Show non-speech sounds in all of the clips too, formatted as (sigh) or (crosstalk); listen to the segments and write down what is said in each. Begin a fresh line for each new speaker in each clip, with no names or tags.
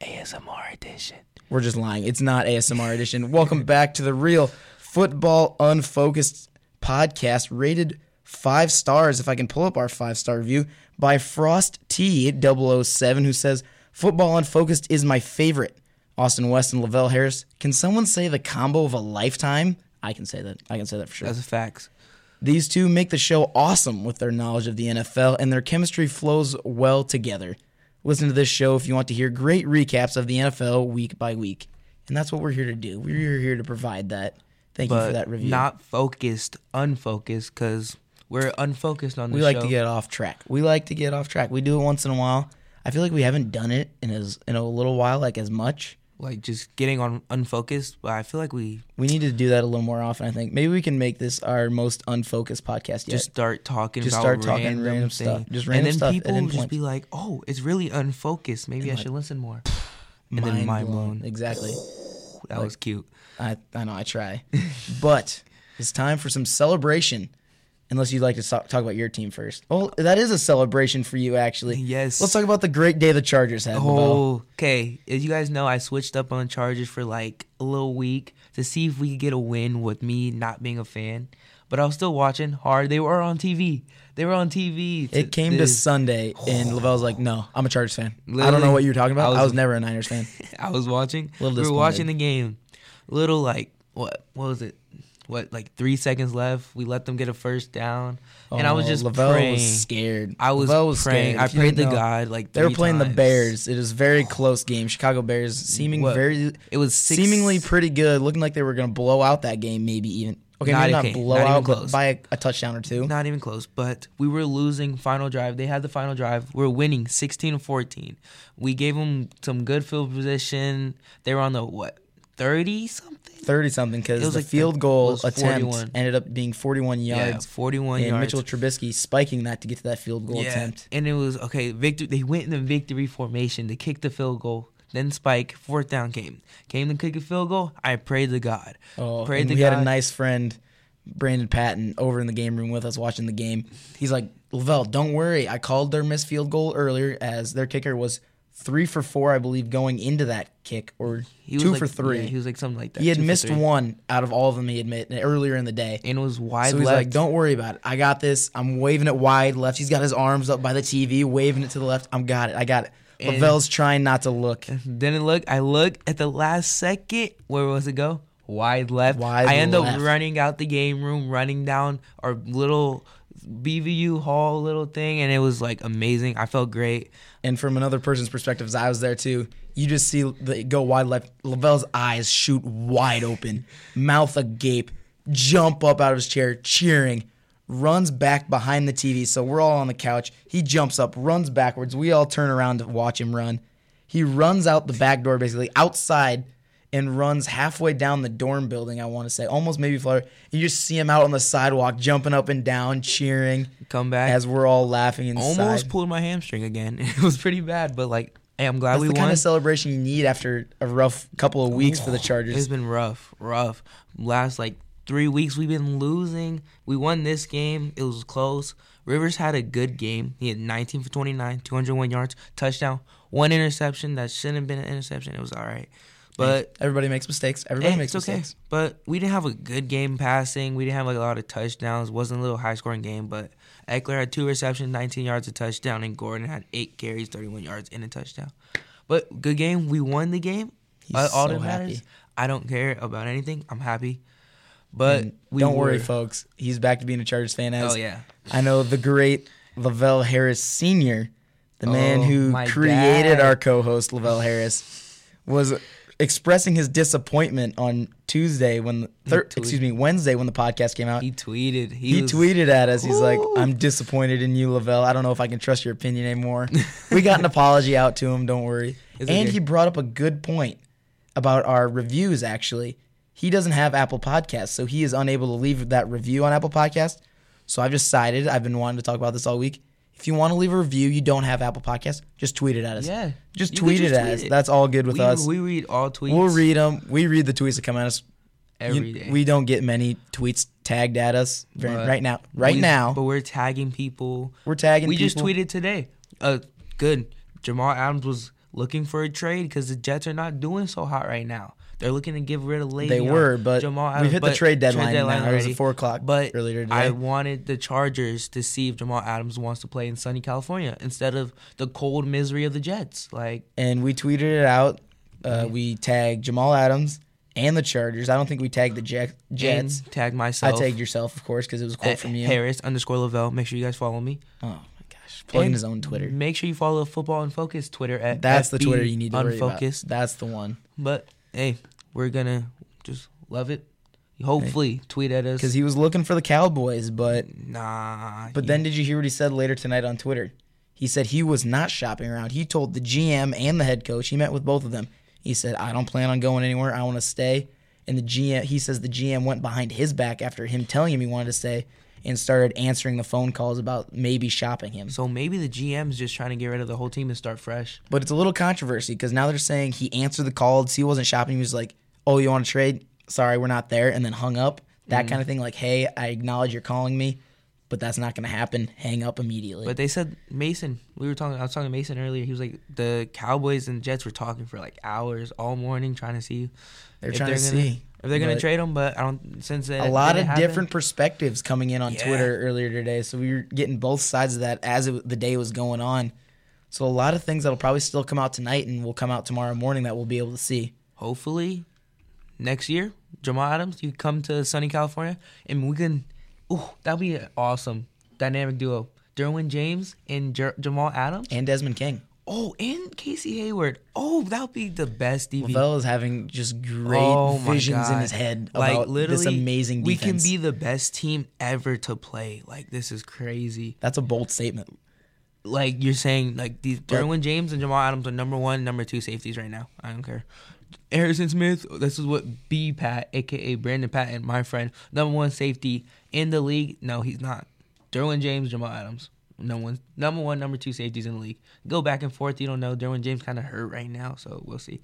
ASMR edition.
We're just lying. It's not ASMR edition. Welcome back to the real football unfocused podcast, rated five stars. If I can pull up our five star review by Frost T 007, who says football unfocused is my favorite. Austin West and Lavelle Harris. Can someone say the combo of a lifetime? I can say that. I can say that for sure.
That's a fact.
These two make the show awesome with their knowledge of the NFL, and their chemistry flows well together. Listen to this show if you want to hear great recaps of the NFL week by week. And that's what we're here to do. We're here to provide that. Thank you for
But
that review.
not focused, unfocused, because we're unfocused on the
we like
show.
to get off track. We like to get off track. We do it once in a while. I feel like we haven't done it in as in a little while, like as much.
like just getting on unfocused. But I feel like we
We need to do that a little more often. I think maybe we can make this our most unfocused podcast yet.
just start talking
Just
about
start talking
random,
random
thing.
stuff. Just random
and then
stuff at
people
any
will just
point.
be like, "Oh, it's really unfocused. Maybe I should listen more." And then mind blown.
Exactly.
That was cute.
I, I know
(laughs)
I try, but it's time for some celebration. Unless you'd like to so- talk about your team first. Oh, that is a celebration for you, actually.
Yes.
Let's talk about the great day the Chargers had. Oh,
Oh, okay. As you guys know, I switched up on Chargers for like a little week to see if we could get a win with me not being a fan. But I was still watching hard. They were on TV. They were on TV.
it came to
this- Oh.
Sunday, and Lavelle's like, "No, I'm a Chargers fan. I don't know
Literally,
what you're talking about. I
I
was,
was-
never a Niners fan.
I was watching. We
Little
were watching
disappointed.
the game. Little like what? What was it? What like three seconds left? We let them get a first down, (laughs) and I was
Oh,
just
Lavelle
praying.
was scared.
I was,
Lavelle
praying.
scared.
I
If you didn't
prayed to
know,
God like
They were
three
playing the
times.
Bears. It was
(sighs)
a very close game. Chicago Bears seeming
What?
very
It was six,
seemingly pretty good, looking like they were going to blow out that game, maybe even. Okay,
Not
maybe not
okay,
blow
not even
out, but
close.
by a, a touchdown or two.
Not even close, but we were losing final drive. They had the final drive. We are winning 16 to 14. We gave them some good field position. They were on the what? 30 something?
30 something because
It was
the
like the-
field goal
it was
attempt
41.
ended up being 41
Yeah,
yards.
41
and
yards.
Mitchell Trubisky spiking that to get to that field goal attempt.
And it was okay, victory they went in the victory formation to kick the field goal. Then Spike, fourth down came. Came to kick a field goal. I prayed to God.
Oh,
prayed
and
to
we
God.
had a nice friend, Brandon Patton, over in the game room with us watching the game. He's like, Lavelle, don't worry. I called their missed field goal earlier as their kicker was three for four, I believe, going into that kick or
He was
two
like-
for three.
yeah, he was like something like that.
he had
two for
missed
three.
one out of all of them he had made earlier in the day.
and it was wide
So he's
left.
like, "Don't worry about it. I got this. I'm waving it wide left. He's got his arms up by the TV, waving it to the left. I'm got it. I got it." Lavelle's trying not to look.
Didn't look. I look at the last second. Where was it go? Wide left.
Wide
I end
left.
up running out the game room, running down our little BVU hall little thing, and it was like amazing. I felt great.
And from another person's perspective, as I was there too, you just see the go wide left. Lavelle's eyes shoot wide open, mouth agape, jump up out of his chair, cheering, runs back behind the TV. So we're all on the couch. He jumps up, runs backwards. We all turn around to watch him run. He runs out the back door, basically outside, and runs halfway down the dorm building. I want to say almost maybe floor. You just see him out on the sidewalk, jumping up and down, cheering.
Come back.
as we're all laughing inside.
Almost pulled my hamstring again. (laughs) It was pretty bad, but like, hey, I'm glad
That's
we
the
won.
kind of celebration you need after a rough couple of weeks for the
It's
Chargers.
been rough, rough. Last like three weeks, we've been losing. We won this game. It was close. Rivers had a good game. He had 19 for 29, 201 yards, touchdown, one interception that shouldn't have been an interception. It was all right, but
Everybody makes mistakes. Everybody
eh,
makes
it's okay.
mistakes.
But we didn't have a good game passing. We didn't have like a lot of touchdowns. wasn't a little high scoring game, but Eckler had two receptions, 19 yards, a touchdown, and Gordon had eight carries, 31 yards, and a touchdown. But good game. We won the game.
He's
Uh, all
so
that matters.
happy.
I don't care about anything. I'm happy. But we
Don't worry,
were-
folks. He's back to being a Chargers fan. As
Oh, yeah.
I know the great Lavelle Harris Senior, the man
Oh,
who
my
created
dad.
our co-host Lavelle Harris, was expressing his disappointment on Tuesday when thir-
tweeted-
excuse me Wednesday when the podcast came out.
He tweeted. He,
He
was-
tweeted at us. He's like,
Ooh.
"I'm disappointed in you, Lavelle. I don't know if I can trust your opinion anymore."
(laughs)
we got an apology out to him. Don't worry.
It's
and
okay.
he brought up a good point about our reviews. Actually, he doesn't have Apple Podcasts, so he is unable to leave that review on Apple Podcasts. So I've decided I've been wanting to talk about this all week. If you want to leave a review, you don't have Apple Podcasts, just tweet it at us.
Yeah.
just
You could
tweet
just
it at
tweet
us.
it.
That's all good with
we,
us.
We read all tweets.
we'll read them. We read the tweets that come at us
every
you-
day.
We don't get many tweets tagged at us very,
But
right now. Right
we-
now,
But we're tagging people.
We're tagging
We just
people.
tweeted today. Uh, good. Jamal Adams was looking for a trade because the Jets are not doing so hot right now. They're looking to get rid of Le'Veon.
They were, but
Jamal
we've hit the
but
trade deadline now. It was at 4 o'clock
But
earlier today.
I wanted the Chargers to see if Jamal Adams wants to play in sunny California instead of the cold misery of the Jets. Like
and we tweeted it out. Uh,
Mm-hmm.
we tagged Jamal Adams and the Chargers. I don't think we tagged the Jack- Jets.
and Eh, tag
I
myself.
tagged yourself, of course, because it was a quote
at
from you.
Harris underscore Lavelle. Make sure you guys follow me.
Oh my gosh, plugging
And
his own Twitter.
Make sure you follow Football and Focus Twitter at
That's the
FB
Twitter you need to worry
Unfocused.
about. That's the one
But hey, we're gonna just love it. Hopefully, tweet at us.
because he was looking for the Cowboys, but
nah,
but then did you hear what he said later tonight on Twitter? He said he was not shopping around. He told the GM and the head coach. He met with both of them. He said, "I don't plan on going anywhere. I want to stay." And the GM, he says, the GM went behind his back after him telling him he wanted to stay, and started answering the phone calls about maybe shopping him.
so maybe the GM's just trying to get rid of the whole team and start fresh.
But it's a little controversy because now they're saying he answered the calls. He wasn't shopping. He was like, "Oh, you want to trade? Sorry, we're not there," and then hung up. That kind of thing. Like, "Hey, I acknowledge you're calling me, but that's not going to happen." Hang up immediately.
But they said Mason. We were talking. I was talking to Mason earlier. He was like, the Cowboys and Jets were talking for like hours all morning trying to see.
They're
if
trying to
gonna-
see,
if they're gonna
but-
trade him. But I don't. Since then,
a lot of different perspectives coming in on
Yeah.
Twitter earlier today. So we were getting both sides of that as it, the day was going on. So a lot of things that'll probably still come out tonight and will come out tomorrow morning that we'll be able to see.
Hopefully, next year, Jamal Adams, you come to sunny California, and we can. Ooh, that'd be an awesome dynamic duo. Derwin James and Jer- Jamal Adams.
And Desmond King.
Oh, and Casey Hayward. Oh, that would be the best DB.
Lavelle is having just great
oh my
visions in
God.
his head about this amazing
We
defense.
can be the best team ever to play. Like this is crazy.
That's a bold statement.
Like you're saying, like these Derwin James and Jamal Adams are number one, number two safeties right now. I don't care. Harrison Smith. This is what B Pat, aka Brandon Patton, my friend, number one safety in the league. No, he's not. Derwin James, Jamal Adams. Number one, number one, number two safeties in the league. Go back and forth. You don't know. Derwin James kind of hurt right now, so we'll see.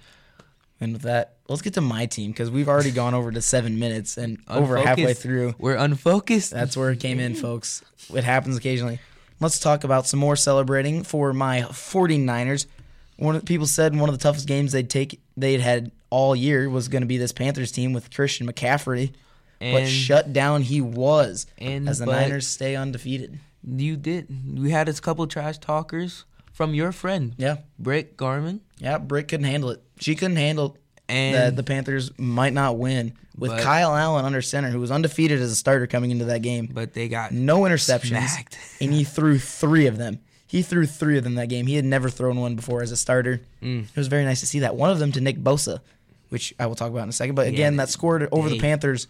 And with that, let's get to my team because we've already gone over to seven minutes and over halfway
Unfocused.
through.
We're unfocused.
That's where it came
(laughs)
in, folks. It happens occasionally. Let's talk about some more celebrating for my 49ers. One of the people said one of the toughest games they'd take they'd had all year was going to be this Panthers team with Christian McCaffrey, but
And-
shut down he was
and-
as the
but-
Niners stay undefeated.
You did. We had a couple trash talkers from your friend,
Yeah,
Britt Garman.
yeah. Britt couldn't handle it. She couldn't handle
And-
that the Panthers might not win with
But-
Kyle Allen under center, who was undefeated as a starter coming into that game.
But they got
no interceptions,
Smacked.
and he threw three of them. He threw three of them that game. He had never thrown one before as a starter.
Mm.
It was very nice to see that. One of them to Nick Bosa, which I will talk about in a second. But again,
they-
that scored over the
they-
Panthers,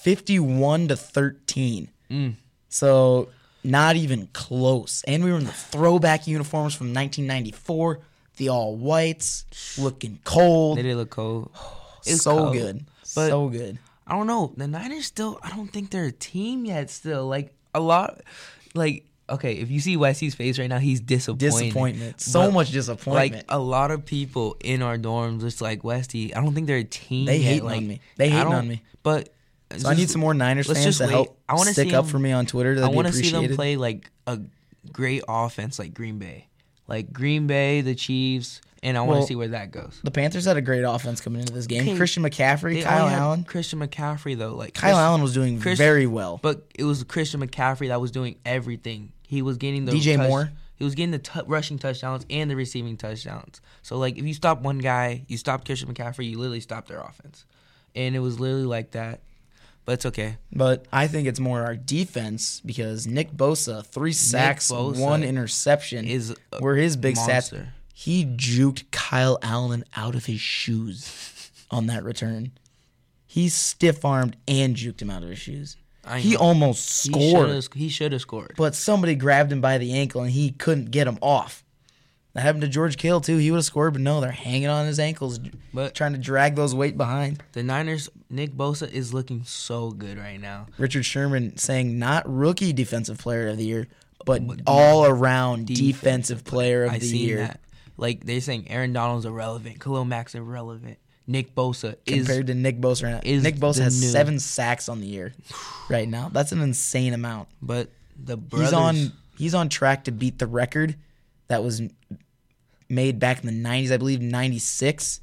fifty-one to thirteen.
Mm.
So not even close. And we were in the throwback uniforms from nineteen ninety-four. The all whites, looking cold,
They did look cold. It's
(sighs) so
cold,
good,
but-
so good.
I don't know. The Niners still. I don't think they're a team yet. Still, like a lot. Like okay, if you see Wesley's face right now, he's disappointed.
Disappointment, so
But,
much
Like
disappointment.
a lot of people in our dorms, just like Westy. I don't think they're a team.
They
yet,
hating
like,
on me. They
I
hating
don't-
on me.
But
So I need some more Niners
let's just
fans to
wait.
help
I wanna
stick
see
up
'em-
for me on Twitter.
I
That'd
want to see
appreciated.
them play like a great offense, like Green Bay, like Green Bay, the Chiefs, and I want to
Well,
see where that goes.
The Panthers had a great offense coming into this game.
Okay,
Christian McCaffrey,
They
Kyle
only had
Allen.
Christian McCaffrey though, like
Kyle
Chris-
Allen was doing
Chris-
very well.
but it was Christian McCaffrey that was doing everything. He was getting the
DJ Moore?
He was getting the t- rushing touchdowns and the receiving touchdowns. So like, if you stop one guy, you stop Christian McCaffrey, you literally stop their offense, and it was literally like that. But it's okay.
But I think it's more our defense because Nick Bosa, three sacks,
Bosa
one interception,
is a
were his big stats.
monster.
He juked Kyle Allen out of his shoes on that return. He stiff armed and juked him out of his shoes.
I
he
know.
almost
He
scored.
shoulda- He should have scored.
but somebody grabbed him by the ankle and he couldn't get him off. That happened to George Kittle too. He would have scored, but no, they're hanging on his ankles,
But-
trying to drag those weight behind.
The Niners, Nick Bosa is looking so good right now.
Richard Sherman saying not rookie defensive player of the year, but all around defensive player of
I
the
seen
year.
that. Like they're saying, Aaron Donald's irrelevant. Khalil Mack's irrelevant. Nick Bosa is
Compared to Nick Bosa,
is
Nick Bosa
the
has
new-
seven sacks on the year right now. That's an insane amount.
But the brothers,
He's on he's on track to beat the record that was made back in the 90s, I believe 96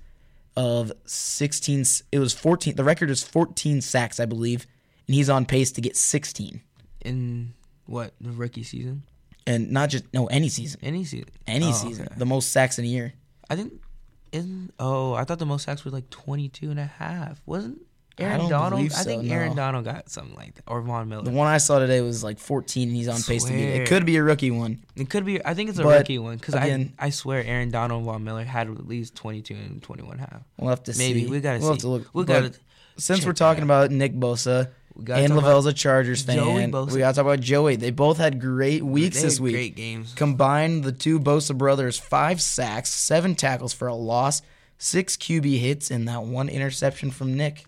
of 16 it was 14 the record is 14 sacks I believe and he's on pace to get 16
in what the rookie season,
and not just no any season
any season,
any
Oh,
season
okay.
the most sacks in a year
I think in oh, I thought the most sacks was like 22 and a half. Wasn't Aaron
don't
Donald?
believe
I think
so,
Aaron
no. Mm.
Donald got something like that or Von Miller.
the one I saw today was like 14 and he's on pace to get it.
Swear.
it could be a rookie one
It could be. I think it's a
But,
rookie one because I
again-
I swear Aaron Donald and Von Miller had at least 22 and 21 half.
we'll have to
Maybe
see
we gotta
we'll
see.
have to look
we
But
gotta.
since
check
we're
that
talking about Nick Bosa
gotta
and
talk
Lavelle's a Chargers fan
Joey Bosa.
we gotta talk about Joey they both had great weeks
They
this
had
week
Great games.
Combined, the two Bosa brothers, five sacks, seven tackles for a loss, six QB hits, and that one interception from Nick.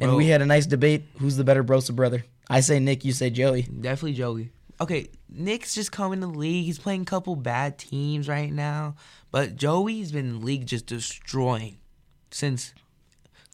And
Bro.
we had a nice debate who's the better Bosa brother. I say Nick, you say Joey.
Definitely Joey. Okay, Nick's just coming to the league. He's playing a couple bad teams right now, but Joey's been in the league just destroying since.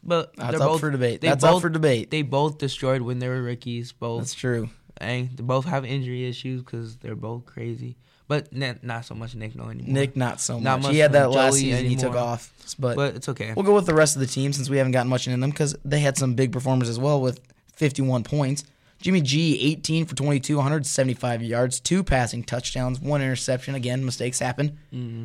But
That's
they're
up
both-
for debate.
they
That's
both,
up for debate.
They both destroyed when they were rookies. Both
That's true.
Hey, they both have injury issues because they're both crazy. But n- not so much Nick no anymore.
Nick, not so
Not
much.
much
He had
for
that last
Joey
season. He took
anymore.
off. But,
but it's okay.
we'll go with the rest of the team since we haven't gotten much into them because they had some big performers as well with 51 points. Jimmy G, 18 for 22, 175 yards, two passing touchdowns, one interception. Again, mistakes happen.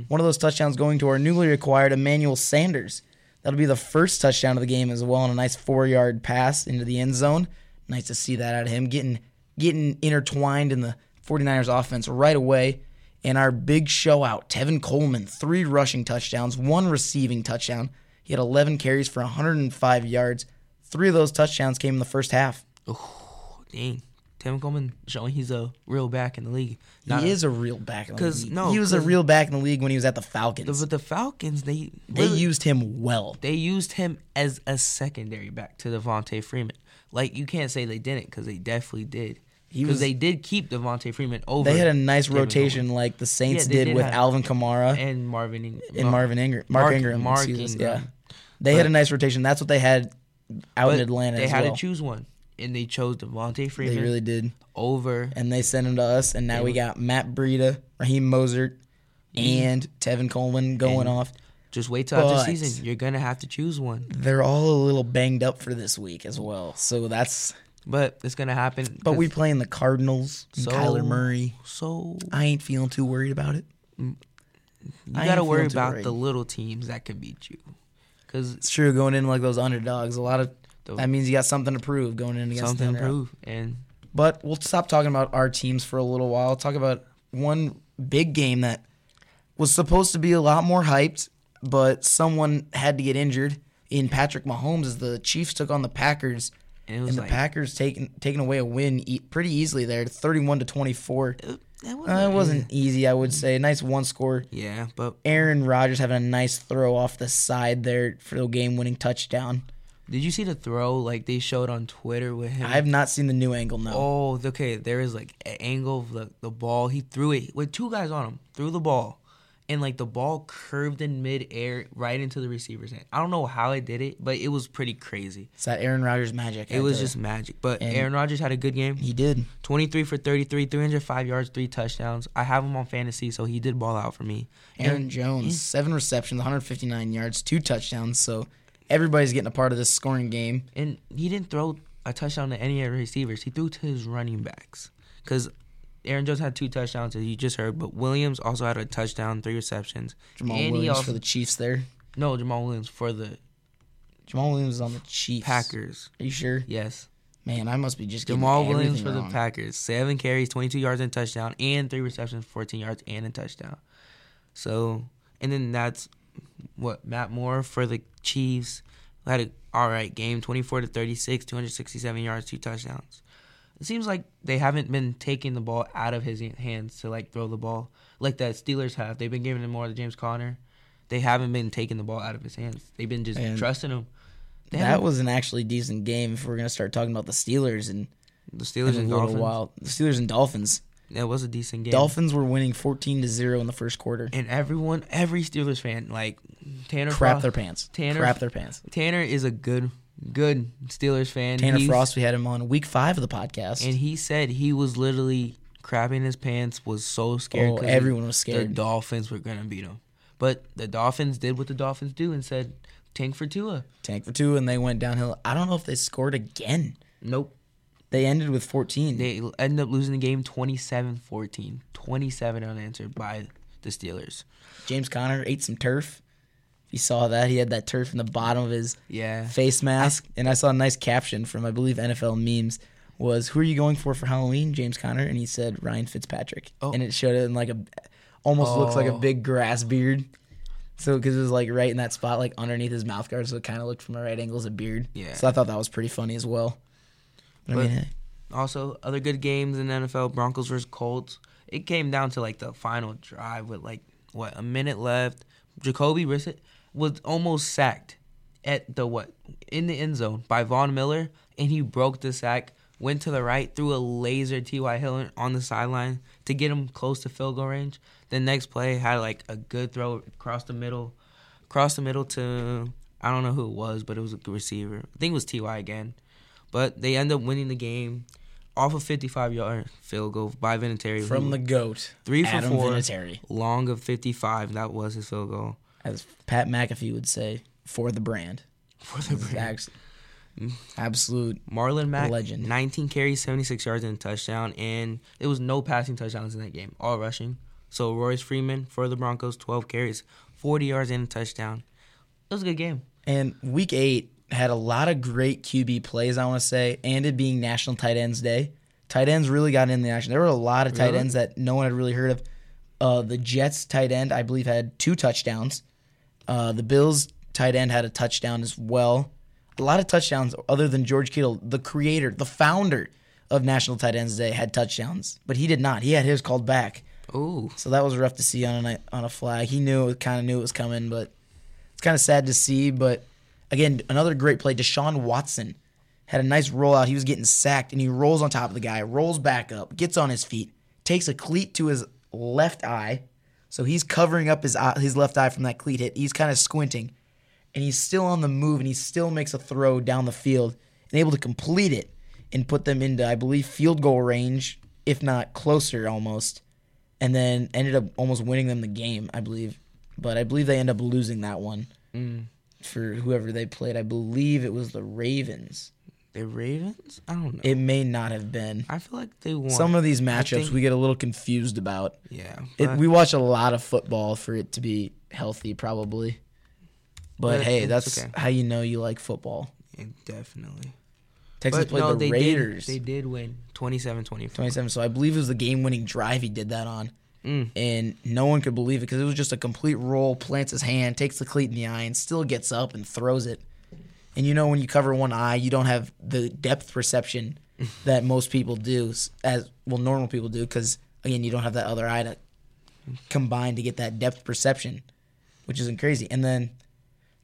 One of those touchdowns going to our newly acquired Emmanuel Sanders. That'll be the first touchdown of the game as well, and a nice four-yard pass into the end zone. Nice to see that out of him, getting getting intertwined in the 49ers offense right away. And our big show out, Tevin Coleman, three rushing touchdowns, one receiving touchdown. He had 11 carries for 105 yards. Three of those touchdowns came in the first half.
Dang, Tim Coleman showing he's a real back in the league. Not
he is a real back in the
'Cause,
league.
no,
he was a
'cause-
real back in the league when he was at the Falcons.
But the Falcons, they
they used him well.
they used him as a secondary back to Devontae Freeman. Like you can't say they didn't because they definitely did.
was-
Because they did keep Devontae Freeman over.
They had a nice
Tevin Coleman
rotation like the Saints
Yeah, they
did,
did
with
have-
Alvin Kamara and,
and Marvin uh, Ing-
Marvin Ingram. Mark,
Mark-
Ingram.
Mark
excuse us, Yeah.
Ingram.
They had a nice rotation. That's what they had out
But
in Atlanta
They
as
had
well.
to choose one, and they chose Devontae Freeman
they really did.
over
and they sent him to us, and now we got Matt Breida, Raheem Mozart, and Tevin Coleman going off.
Just wait till after
But-
season. You're gonna have to choose one,
They're all a little banged up for this week as well, so that's.
but it's gonna happen.
But we playing the Cardinals, and
So-
Kyler Murray.
so
I ain't feeling too worried about it.
you
I
gotta
ain't
worry
feeling too
about
worried.
the little teams that could beat you, because
It's true going in like those underdogs. A lot of
Those-
that means you got something to prove going in against
something to
them.
prove. And
But we'll stop talking about our teams for a little while. Talk about one big game that was supposed to be a lot more hyped, but someone had to get injured in Patrick Mahomes as the Chiefs took on the Packers.
And it
And,
was
the
like-
Packers taking taking away a win e- pretty easily there, 31 to 24.
it, it wasn't,
Uh, it wasn't easy, I would say. Nice one score.
Yeah, but
Aaron Rodgers having a nice throw off the side there for the game winning touchdown.
did you see the throw like they showed on Twitter with him?
I have not seen the new angle, no.
oh, okay. There is like an angle of the, the ball. He threw it with two guys on him. Threw the ball, and like the ball curved in midair right into the receiver's hand. I don't know how I did it, but it was pretty crazy.
It's that Aaron Rodgers magic.
It was just magic. But Aaron Rodgers had a good game.
He did.
23 for 33, 305 yards, three touchdowns. I have him on fantasy, so he did ball out for me.
Aaron Jones, seven receptions, 159 yards, two touchdowns. So everybody's getting a part of this scoring game.
And he didn't throw a touchdown to any of the receivers. He threw to his running backs. Because Aaron Jones had two touchdowns, as you just heard, but Williams also had a touchdown, three receptions.
Jamal
and he
Williams
also,
for the Chiefs there.
No, Jamal Williams for the
Jamal Williams is on the Chiefs.
Packers.
Are you sure?
Yes.
Man, I must be just getting
Jamal Williams
everything
for
wrong.
the Packers. Seven carries, 22 yards and touchdown, and three receptions, 14 yards and a touchdown. So, and then that's what Matt Moore for the Chiefs had an all right game, 24 to 36, 267 yards, two touchdowns. It seems like they haven't been taking the ball out of his hands to like throw the ball like the Steelers have. They've been giving it more to James Conner. They haven't been taking the ball out of his hands. They've been just
And-
trusting him. They
That
haven't-
was an actually decent game if we're going to start talking about the Steelers in,
the
in
Steelers
a
and
little
Dolphins.
while. The Steelers and Dolphins.
It was a decent game.
Dolphins were winning 14 to 0 in the first quarter.
and everyone, every Steelers fan, like Tanner Frost,
Crap their pants.
Tanner-
Crap their pants.
Tanner is a good, good Steelers fan.
Tanner
He's-
Frost, we had him on week five of the podcast.
and he said he was literally crapping his pants, was so scared.
Oh,
'cause
everyone was
The
scared.
Dolphins were gonna beat him, but the Dolphins did what the Dolphins do and said, "Tank for Tua."
Tank for two, and they went downhill. I don't know if they scored again.
Nope.
They ended with 14.
They ended up losing the game 27-14. 27 unanswered by the Steelers.
James Conner ate some turf. If you saw that, he had that turf in the bottom of his
Yeah.
face mask. and I saw a nice caption from I believe NFL memes was who are you going for for Halloween, James Conner, and he said Ryan Fitzpatrick,
Oh.
and it showed it in like a almost looks like a
Oh.
big grass beard. So because it was like right in that spot, like underneath his mouth guard, so it kind of looked from a right angle as a beard.
Yeah.
So I thought that was pretty funny as well. But, I
But-
mean, hey,
Also, other good games in the NFL: Broncos versus Colts. It came down to like the final drive with like what a minute left. Jacoby Brissett was almost sacked at the what in the end zone by Vaughn Miller, and he broke the sack. Went to the right, threw a laser T.Y. Hill on the sideline to get him close to field goal range. The next play had like a good throw across the middle, across the middle to I don't know who it was, but it was a receiver. I think it was T.Y. again, but they end up winning the game off a 55 yard field goal by Vinatieri who-
from the goat,
three for
Adam
four.
Vinatieri,
long of 55. That was his field goal
as Pat McAfee would say, for the brand,
for the Browns.
Abs- absolute
Marlon Mack,
Legend.
19 carries, 76 yards, and a touchdown. And there was no passing touchdowns in that game, all rushing. So Royce Freeman for the Broncos, 12 carries, 40 yards, and a touchdown. It was a good game.
And week eight had a lot of great QB plays, I want to say, and it being National Tight Ends Day. Tight ends really got in the action. There were a lot of tight
Really?
ends that no one had really heard of. Uh, the Jets tight end, I believe, had two touchdowns. Uh, the Bills tight end had a touchdown as well. A lot of touchdowns, other than George Kittle, the creator, the founder of National Tight Ends Day, had touchdowns, but he did not. He had his called back.
Ooh,
So that was rough to see on a on a flag. He knew it kind of knew it was coming, but it's kind of sad to see. But again, another great play. Deshaun Watson had a nice rollout. He was getting sacked, and he rolls on top of the guy, rolls back up, gets on his feet, takes a cleat to his left eye, so he's covering up his eye, his left eye from that cleat hit. He's kind of squinting, and he's still on the move, and he still makes a throw down the field and able to complete it and put them into, I believe, field goal range, if not closer almost and then ended up almost winning them the game, I believe. But I believe they end up losing that one
Mm.
for whoever they played. I believe it was the Ravens.
the Ravens? I don't know.
It may not have been.
I feel like they won.
Some of these
I
matchups
think-
we get a little confused about.
yeah.
It,
but-
we watch a lot of football for it to be healthy, probably. But,
But
hey,
it's
that's
okay.
how you know you like football.
yeah, definitely.
Texas played the
they
Raiders.
Did, they did win 27 24.
27. So I believe it was the game winning drive he did that on.
Mm.
And no one could believe it because it was just a complete roll, plants his hand, takes the cleat in the eye, and still gets up and throws it. And you know, when you cover one eye, you don't have the depth perception that most people do, s- as well, normal people do, because again, you don't have that other eye to combine to get that depth perception, which isn't crazy. And then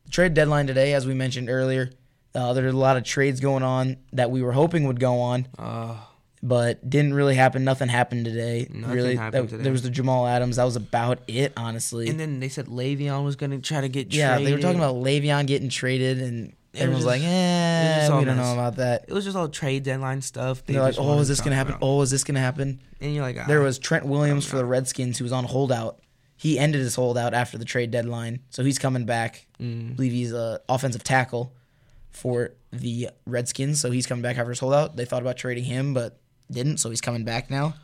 the trade deadline today, as we mentioned earlier, uh, there are a lot of trades going on that we were hoping would go on
Uh,
but didn't really happen. Nothing happened today.
Nothing
really,
happened
that-
today.
there was the Jamal Adams. That was about it, honestly.
and then they said Le'Veon was going to try to get
yeah, they were
traded.
talking about Le'Veon getting traded, and
was
everyone was
just-
like,
was
"Eh,
just all
we don't
mess.
know about that."
It was just all trade deadline stuff. They
They're like,
just
"Oh,
wanted
is
to
this gonna
talk
happen?
about it."
Oh, is this gonna happen?"
And you're like, ah.
There was Trent Williams for the Redskins, who was on holdout. He ended his holdout after the trade deadline, so he's coming back. I believe he's a offensive tackle for the Redskins, so he's coming back after his holdout. They thought about trading him, but didn't, so he's coming back now.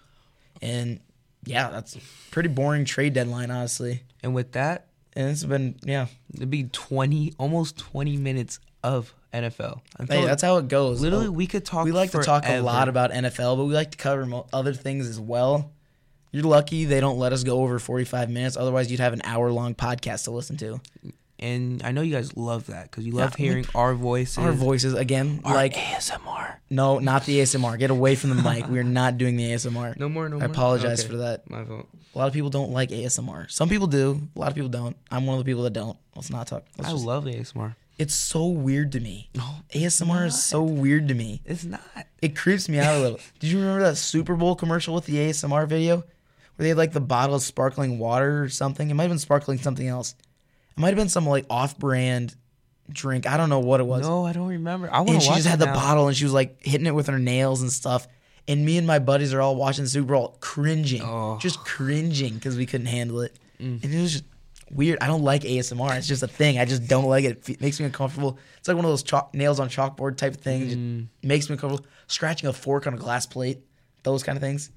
And yeah, that's a pretty boring trade deadline, honestly.
And with that,
And it's been yeah,
it'd be 20, almost 20 minutes of NFL. I
hey,
thought
that's how it goes. Oh.
literally we could talk.
we like to talk a
forever.
lot about NFL, but we like to cover mo- other things as well. You're lucky they don't let us go over 45 minutes. Otherwise, you'd have an hour long podcast to listen to.
and I know you guys love that because you love
we-
hearing our voices,
Our voices, again,
our
like,
ASMR.
no, not the ASMR. Get away from the mic. We are not doing the ASMR.
No more, no
I
more.
apologize
Okay.
for that.
My fault.
A lot of people don't like ASMR. Some people do. A lot of people don't. I'm one of the people that don't. Let's not talk. Let's
I
just-
love ASMR.
it's so weird to me.
No,
ASMR is so weird to me.
it's not.
It creeps me out a little. (laughs) Did you remember that Super Bowl commercial with the ASMR video where they had like the bottle of sparkling water or something? It might have been sparkling something else. It might have been some like off-brand drink. I don't know what it was.
No, I don't remember. I want
and
to
she
watch.
just had
it
the
now.
bottle and she was like hitting it with her nails and stuff. and me and my buddies are all watching the Super Bowl, cringing,
Oh. Mm.
just cringing because we couldn't handle it, and it was just weird. I don't like ASMR. It's just a thing. I just don't like it. It makes me uncomfortable. It's like one of those chalk, nails on chalkboard type of thing. It
Mm.
just makes me uncomfortable. Scratching a fork on a glass plate, those kind of things.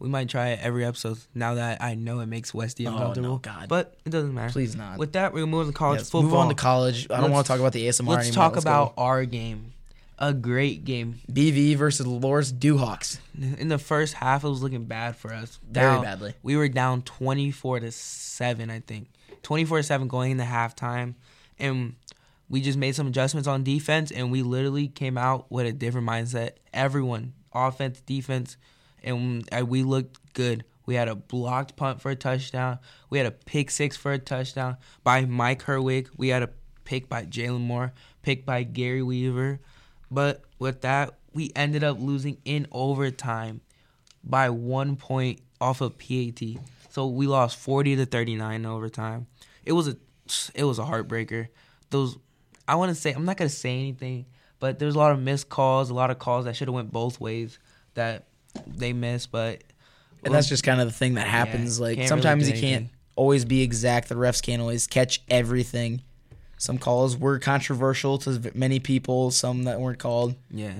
We might try it every episode now that I know it makes Westy
Oh, no,
uncomfortable.
God.
But it doesn't matter.
Please not.
With that, we're gonna move on to college
Yes,
football.
Move on to college. I don't
Let's-
want to talk about the ASMR
Let's
anymore.
talk
Let's go.
about our game. A great game.
BV versus Loris Duhawks.
In the first half, it was looking bad for us.
Very
Down-
badly.
We were down 24 to 7, I think. 24 to 7 going into halftime. And we just made some adjustments on defense, and we literally came out with a different mindset. Everyone, offense, defense, and uh, we looked good. We had a blocked punt for a touchdown. We had a pick six for a touchdown by Mike Herwig. We had a pick by Jalen Moore, pick by Gary Weaver. But with that, we ended up losing in overtime by one point off of PAT. So we lost forty to thirty nine overtime. It was a it was a heartbreaker. Those I want to say I'm not gonna say anything, but there's a lot of missed calls, a lot of calls that should have went both ways that they missed. But
And that's just kind of the thing that happens.
can't
like
really
sometimes
do
you can't
anything.
always be exact. The refs can't always catch everything. Some calls were controversial to v- many people. Some that weren't called,
yeah,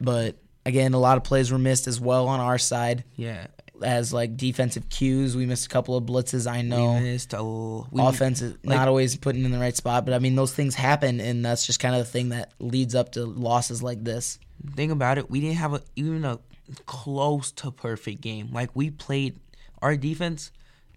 but again, a lot of plays were missed as well on our side.
yeah,
As like defensive cues, we missed a couple of blitzes. I
we
know
missed a l- we,
offense is not always putting in the right spot, but I mean those things happen, and that's just kind of the thing that leads up to losses like this.
Think about it. We didn't have a, even a close to perfect game. Like we played our defense.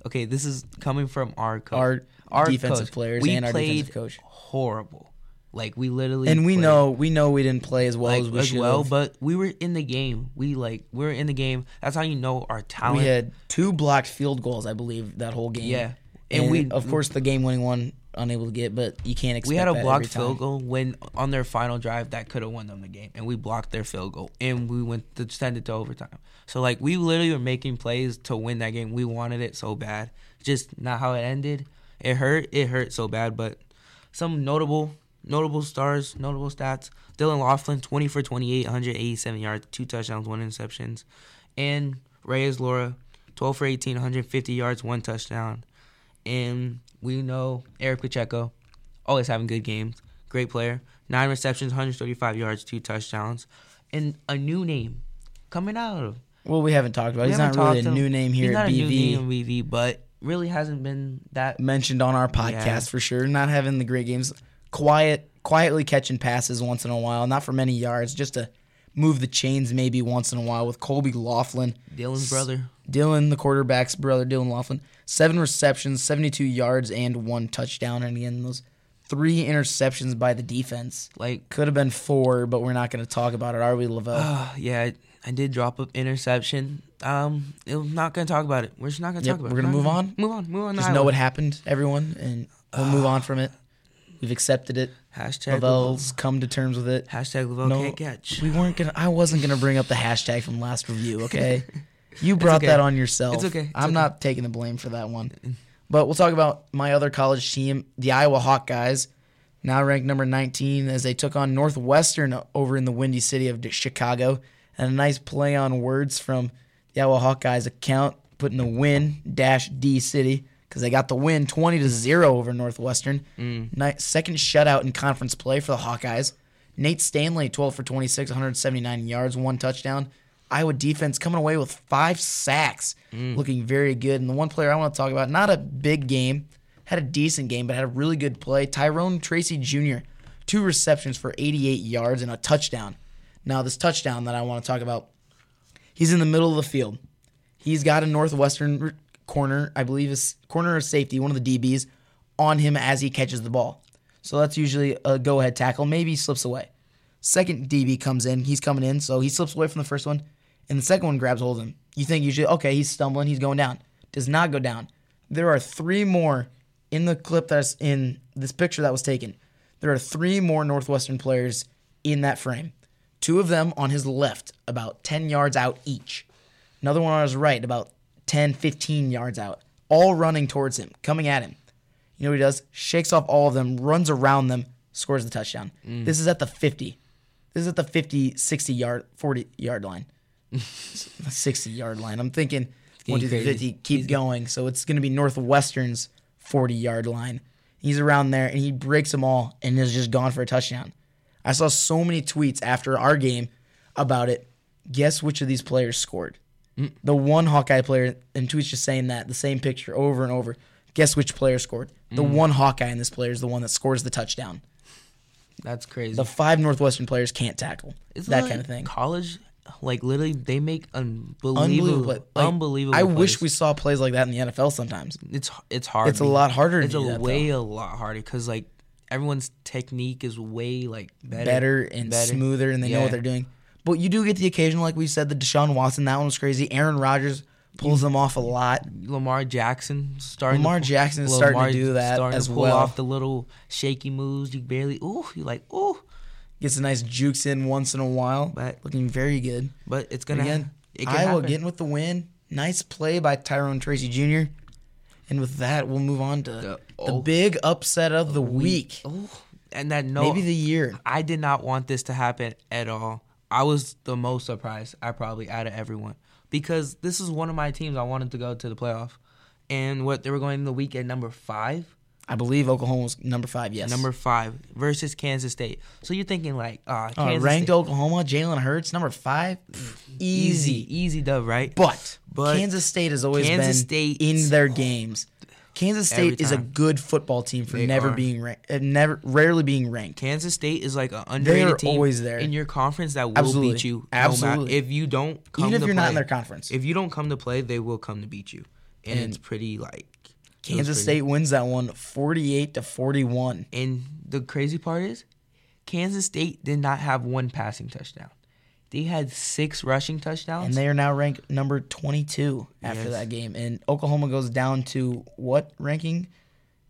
Okay, this is coming from our coach.
Our defensive players and our defensive coach.
Horrible. Like we literally
And we
played,
know we know we didn't play as well
like,
as we
as
should.
well,
Well, but
but we were in the game. We like we were in the game. That's how you know our talent.
we had two blocked field goals, I believe, that whole game.
Yeah.
and,
And
we
we-
of course the game winning one unable to get, but you can't expect.
we had a
that
blocked
every time.
field goal when on their final drive that could have won them the game, and we blocked their field goal, and we went to send it to overtime. So like we literally were making plays to win that game. We wanted it so bad, just not how it ended. It hurt. It hurt so bad. But some notable notable stars, notable stats: Dylan Laughlin, twenty for 28, 187 yards, two touchdowns, one interceptions, and Reyes Laura, twelve for 18, 150 yards, one touchdown. And we know Eric Pacheco, always having good games. Great player. Nine receptions, 135 yards, two touchdowns, and a new name coming out of.
Well, we haven't talked about. it.
we
He's
haven't
not really
talked
a
to
new
him.
name
He's
here
not
at
a new
BV.
name in BV, but really hasn't been that.
Mentioned on our podcast
Yeah.
for sure. Not having the great games. Quiet, quietly catching passes once in a while. Not for many yards, just to move the chains maybe once in a while with Colby Laughlin.
Dylan's brother.
Dylan, the quarterback's brother, Dylan Laughlin, seven receptions, 72 yards, and one touchdown. And again, those three interceptions by the defense.
Like,
Could have been four, but we're not going to talk about it, are we, Lavelle?
uh, yeah, I, I did drop an interception. Um, I'm not gonna talk about it. We're just not gonna
Yep,
talk about
we're
it.
gonna
Not
move
gonna-
on.
Move on. Move on.
Just know what happened, everyone, and we'll move on from it. We've accepted it.
Hashtag Lavelle.
Lavelle's come to terms with it.
Hashtag Lavelle
No,
can't catch.
We weren't gonna. I wasn't gonna bring up the hashtag from last review. Okay,
(laughs)
you brought
okay.
that on yourself.
It's okay. It's
I'm
okay.
not taking the blame for that one. But we'll talk about my other college team, the Iowa Hawkeyes, now ranked number 19 as they took on Northwestern over in the windy city of Chicago. And a nice play on words from the Iowa Hawkeyes account, putting the win dash D city because they got the win 20 to zero over Northwestern.
Mm.
Ni- second shutout in conference play for the Hawkeyes. Nate Stanley, 12 for 26, 179 yards, one touchdown. Iowa defense coming away with five sacks, looking very good. And the one player I want to talk about, not a big game, had a decent game, but had a really good play. Tyrone Tracy Jr., two receptions for 88 yards and a touchdown. Now, this touchdown that I want to talk about, he's in the middle of the field. He's got a Northwestern r- corner, I believe, is corner or safety, one of the DBs, on him as he catches the ball. So that's usually a go ahead tackle. Maybe he slips away. Second DB comes in. He's coming in, so he slips away from the first one, and the second one grabs hold of him. You think usually, okay, he's stumbling, he's going down. Does not go down. There are three more in the clip that's in this picture that was taken. There are three more Northwestern players in that frame. Two of them on his left, about 10 yards out each. Another one on his right, about 10, 15 yards out, all running towards him, coming at him. You know what he does? Shakes off all of them, runs around them, scores the touchdown. This is at the 50. This is at the 50, 60 yard, 40 yard line. 60 yard line. I'm thinking
getting
1, 2, 3,
crazy.
50, keep going. So it's going to be Northwestern's 40 yard line. He's around there and he breaks them all and is just gone for a touchdown. I saw so many tweets after our game about it. Guess which of these players scored?
Mm.
The one Hawkeye player, and tweets just saying that, the same picture over and over. Guess which player scored? The
Mm.
one Hawkeye in this player is the one that scores the touchdown.
That's crazy.
The five Northwestern players can't tackle.
It's
that
like
kind of thing.
College, like literally, they make unbelievable,
unbelievable.
unbelievable.
like, I wish we saw plays like that in the NFL sometimes.
we. It's it's hard.
It's a
man.
lot harder to
It's a
do that,
way a lot harder because like everyone's technique is way like better,
Better and
better.
smoother, and they know
Yeah.
what they're doing. But you do get the occasional, like we said, the Deshaun Watson. That one was crazy. Aaron Rodgers pulls
Mm.
them off a lot.
Lamar Jackson starting.
Lamar
pull-
Jackson is starting to do that
starting
as
to pull
well.
off the little shaky moves. You barely. Ooh, you like ooh,
Gets a nice jukes in once in a while.
But-
looking very good.
but it's gonna
Again,
It can
Iowa
happen.
getting with the win. Nice play by Tyrone Tracy Jr. And with that, we'll move on to the,
oh.
big upset of the week,
Ooh, and that no,
maybe the year.
I did not want this to happen at all. I was the most surprised, I probably, out of everyone. Because this is one of my teams I wanted to go to the playoff. And what they were going in the week at number five?
I believe Oklahoma was number five. Yes,
Number five versus Kansas State. So you're thinking, like, ah,
Uh,
Kansas
ranked
State.
Oklahoma, Jalen Hurts, number five, Pff, easy.
Easy, easy dub, right?
But,
But
Kansas State has always
Kansas
been
State-
in their games. Kansas
Every
State is a
time.
good football team for
They
never
are.
being ranked, uh, never rarely being ranked.
Kansas State is like an underrated
They're
team
always there.
in your conference that will
Absolutely.
beat you. No
Absolutely.
matter, if you don't come
Even if
to
you're not in
play.
their conference.
If you don't come to play, they will come to beat you. And, it's pretty like it was
Kansas
pretty-
State wins that one, forty-eight to forty-one.
And the crazy part is, Kansas State did not have one passing touchdown. They had six rushing touchdowns.
And they are now ranked number 22 after
Yes.
that game. And Oklahoma goes down to what ranking?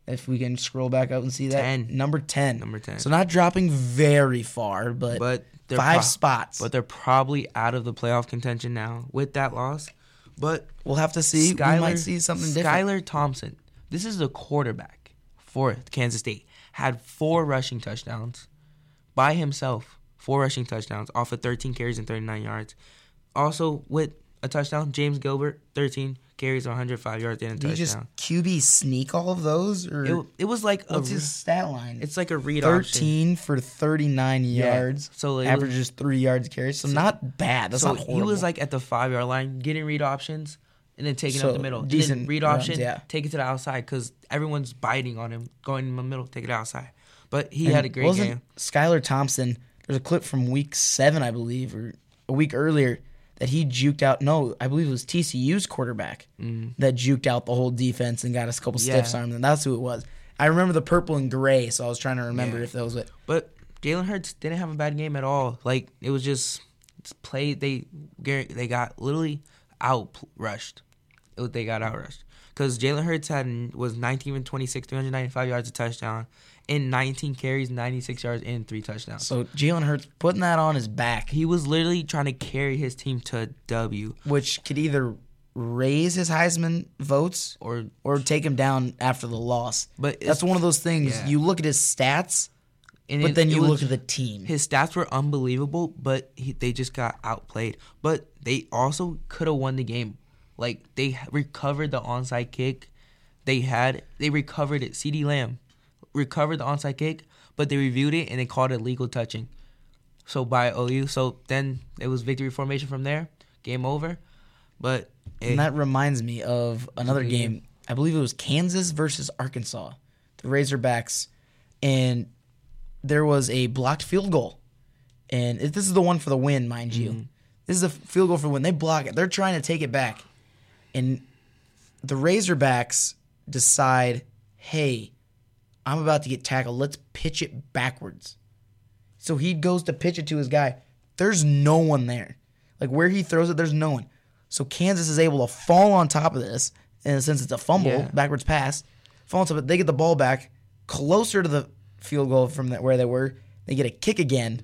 If we can scroll back up and see that.
10.
Number 10.
Number 10.
So not dropping very far, but,
but they're
five
pro-
spots.
But they're probably out of the playoff contention now with that loss. But
we'll have to see. we might see something different.
Skylar Thompson, this is a quarterback for Kansas State, had four rushing touchdowns by himself. Four rushing touchdowns off of 13 carries and 39 yards. Also with a touchdown, James Gilbert, 13 carries, 105 yards and a
Do you
touchdown.
just QB sneak all of those? Or
It, it was like a
what's his stat line?
it's like a read option.
13 for 39 yards.
So it
averages three yards a carry. So, not bad. That's
So
not horrible.
he was like at the five yard line getting read options and then taking
So
up the middle. and
decent
then read
runs,
option,
yeah.
take it to the outside because everyone's biting on him, going in the middle, take it outside. But he
And
had a great
wasn't
game.
Skylar Thompson, there's a clip from week seven, I believe, or a week earlier, that he juked out. No, I believe it was TCU's quarterback that juked out the whole defense and got us a couple stiffs
Mm. Yeah.
arms, and that's who it was. I remember the purple and gray, so I was trying to remember
Yeah.
if that was it.
But Jalen Hurts didn't have a bad game at all. Like it was just it's play. They Garrett- they got literally out rushed. It was- They got out rushed because Jalen Hurts had was 19 and 26, 395 yards, a touchdown, and 19 carries, 96 yards, and three touchdowns.
So Jalen Hurts putting that on his back,
He was literally trying to carry his team to a W.
which could either raise his Heisman votes
Or
or take him down after the loss.
But
that's
it's-
one of those things.
yeah.
You look at his stats,
and
but
it-
then
it
you
was-
look at the team.
his stats were unbelievable, but he, they just got outplayed. But they also could have won the game. Like they h- recovered the onside kick. They had they recovered it. CD Lamb recovered the onside kick, but they reviewed it and they called it legal touching. So by OU, so then it was victory formation from there. Game over. But eh,
And that reminds me of another
good
game. I believe it was Kansas versus Arkansas, the Razorbacks, and there was a blocked field goal. And it, this is the one for the win, mind you. This is a field goal for the win. They block it. They're trying to take it back. And the Razorbacks decide, hey, I'm about to get tackled. Let's pitch it backwards. So he goes to pitch it to his guy. There's no one there. Like where he throws it, there's no one. So Kansas is able to fall on top of this, and since it's a fumble,
Yeah.
backwards pass, fall on top of it. They get the ball back closer to the field goal from that, where they were. They get a kick again.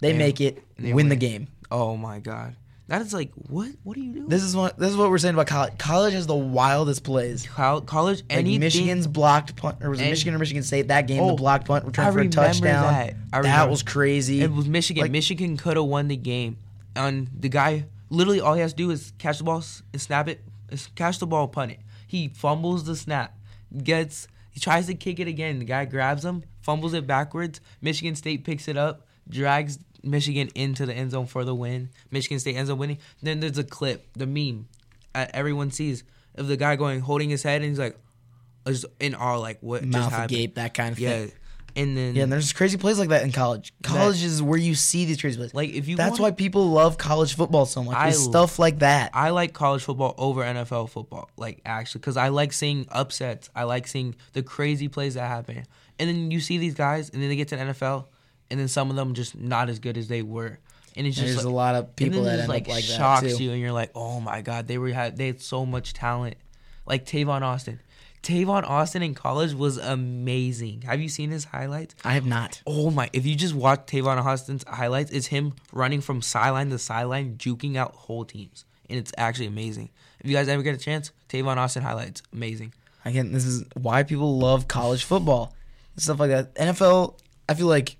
They make it win, the game.
oh my god, that is like what? What are you doing?
This is what this is what we're saying about college. College has the wildest plays.
Col- college
Like
anything-
Michigan's blocked punt, or was it
And-
Michigan or Michigan State? That game, the
Oh,
blocked punt
I
returned for a
remember
touchdown.
that. I
that
remember.
was crazy.
It was Michigan.
Like-
Michigan could have won the game. And the guy literally all he has to do is catch the ball s- and snap it, is catch the ball, punt it. He fumbles the snap, gets he tries to kick it again. The guy grabs him, fumbles it backwards. Michigan State picks it up, drags Michigan into the end zone for the win. Michigan State ends up winning. Then there's a clip, the meme, uh, everyone sees of the guy going holding his head and he's like, is in awe, like what just
mouth
happened.
agape, that kind of
Yeah,
thing.
and then
Yeah, and there's crazy plays like that in college. College is where you see these crazy plays.
Like, if you
that's
wanna-
why people love college football so much.
I
is
l-
stuff like that.
I like college football over NFL football, like actually, because I like seeing upsets. I like seeing the crazy plays that happen. And then you see these guys, and then they get to the NFL, and then some of them just not as good as they were. And it's just
There's
like,
a lot of
and then
people that
it
end
like
up like
shocks
that too.
you, and you're like, oh my god, they were had they had so much talent, like Tavon Austin. Tavon Austin in college was amazing. Have you seen his highlights?
I have not.
Oh my! If you just watch Tavon Austin's highlights, it's him running from sideline to sideline, juking out whole teams, and it's actually amazing. If you guys ever get a chance, Tavon Austin highlights, amazing.
Again, this is why people love college football, stuff like that. NFL, I feel like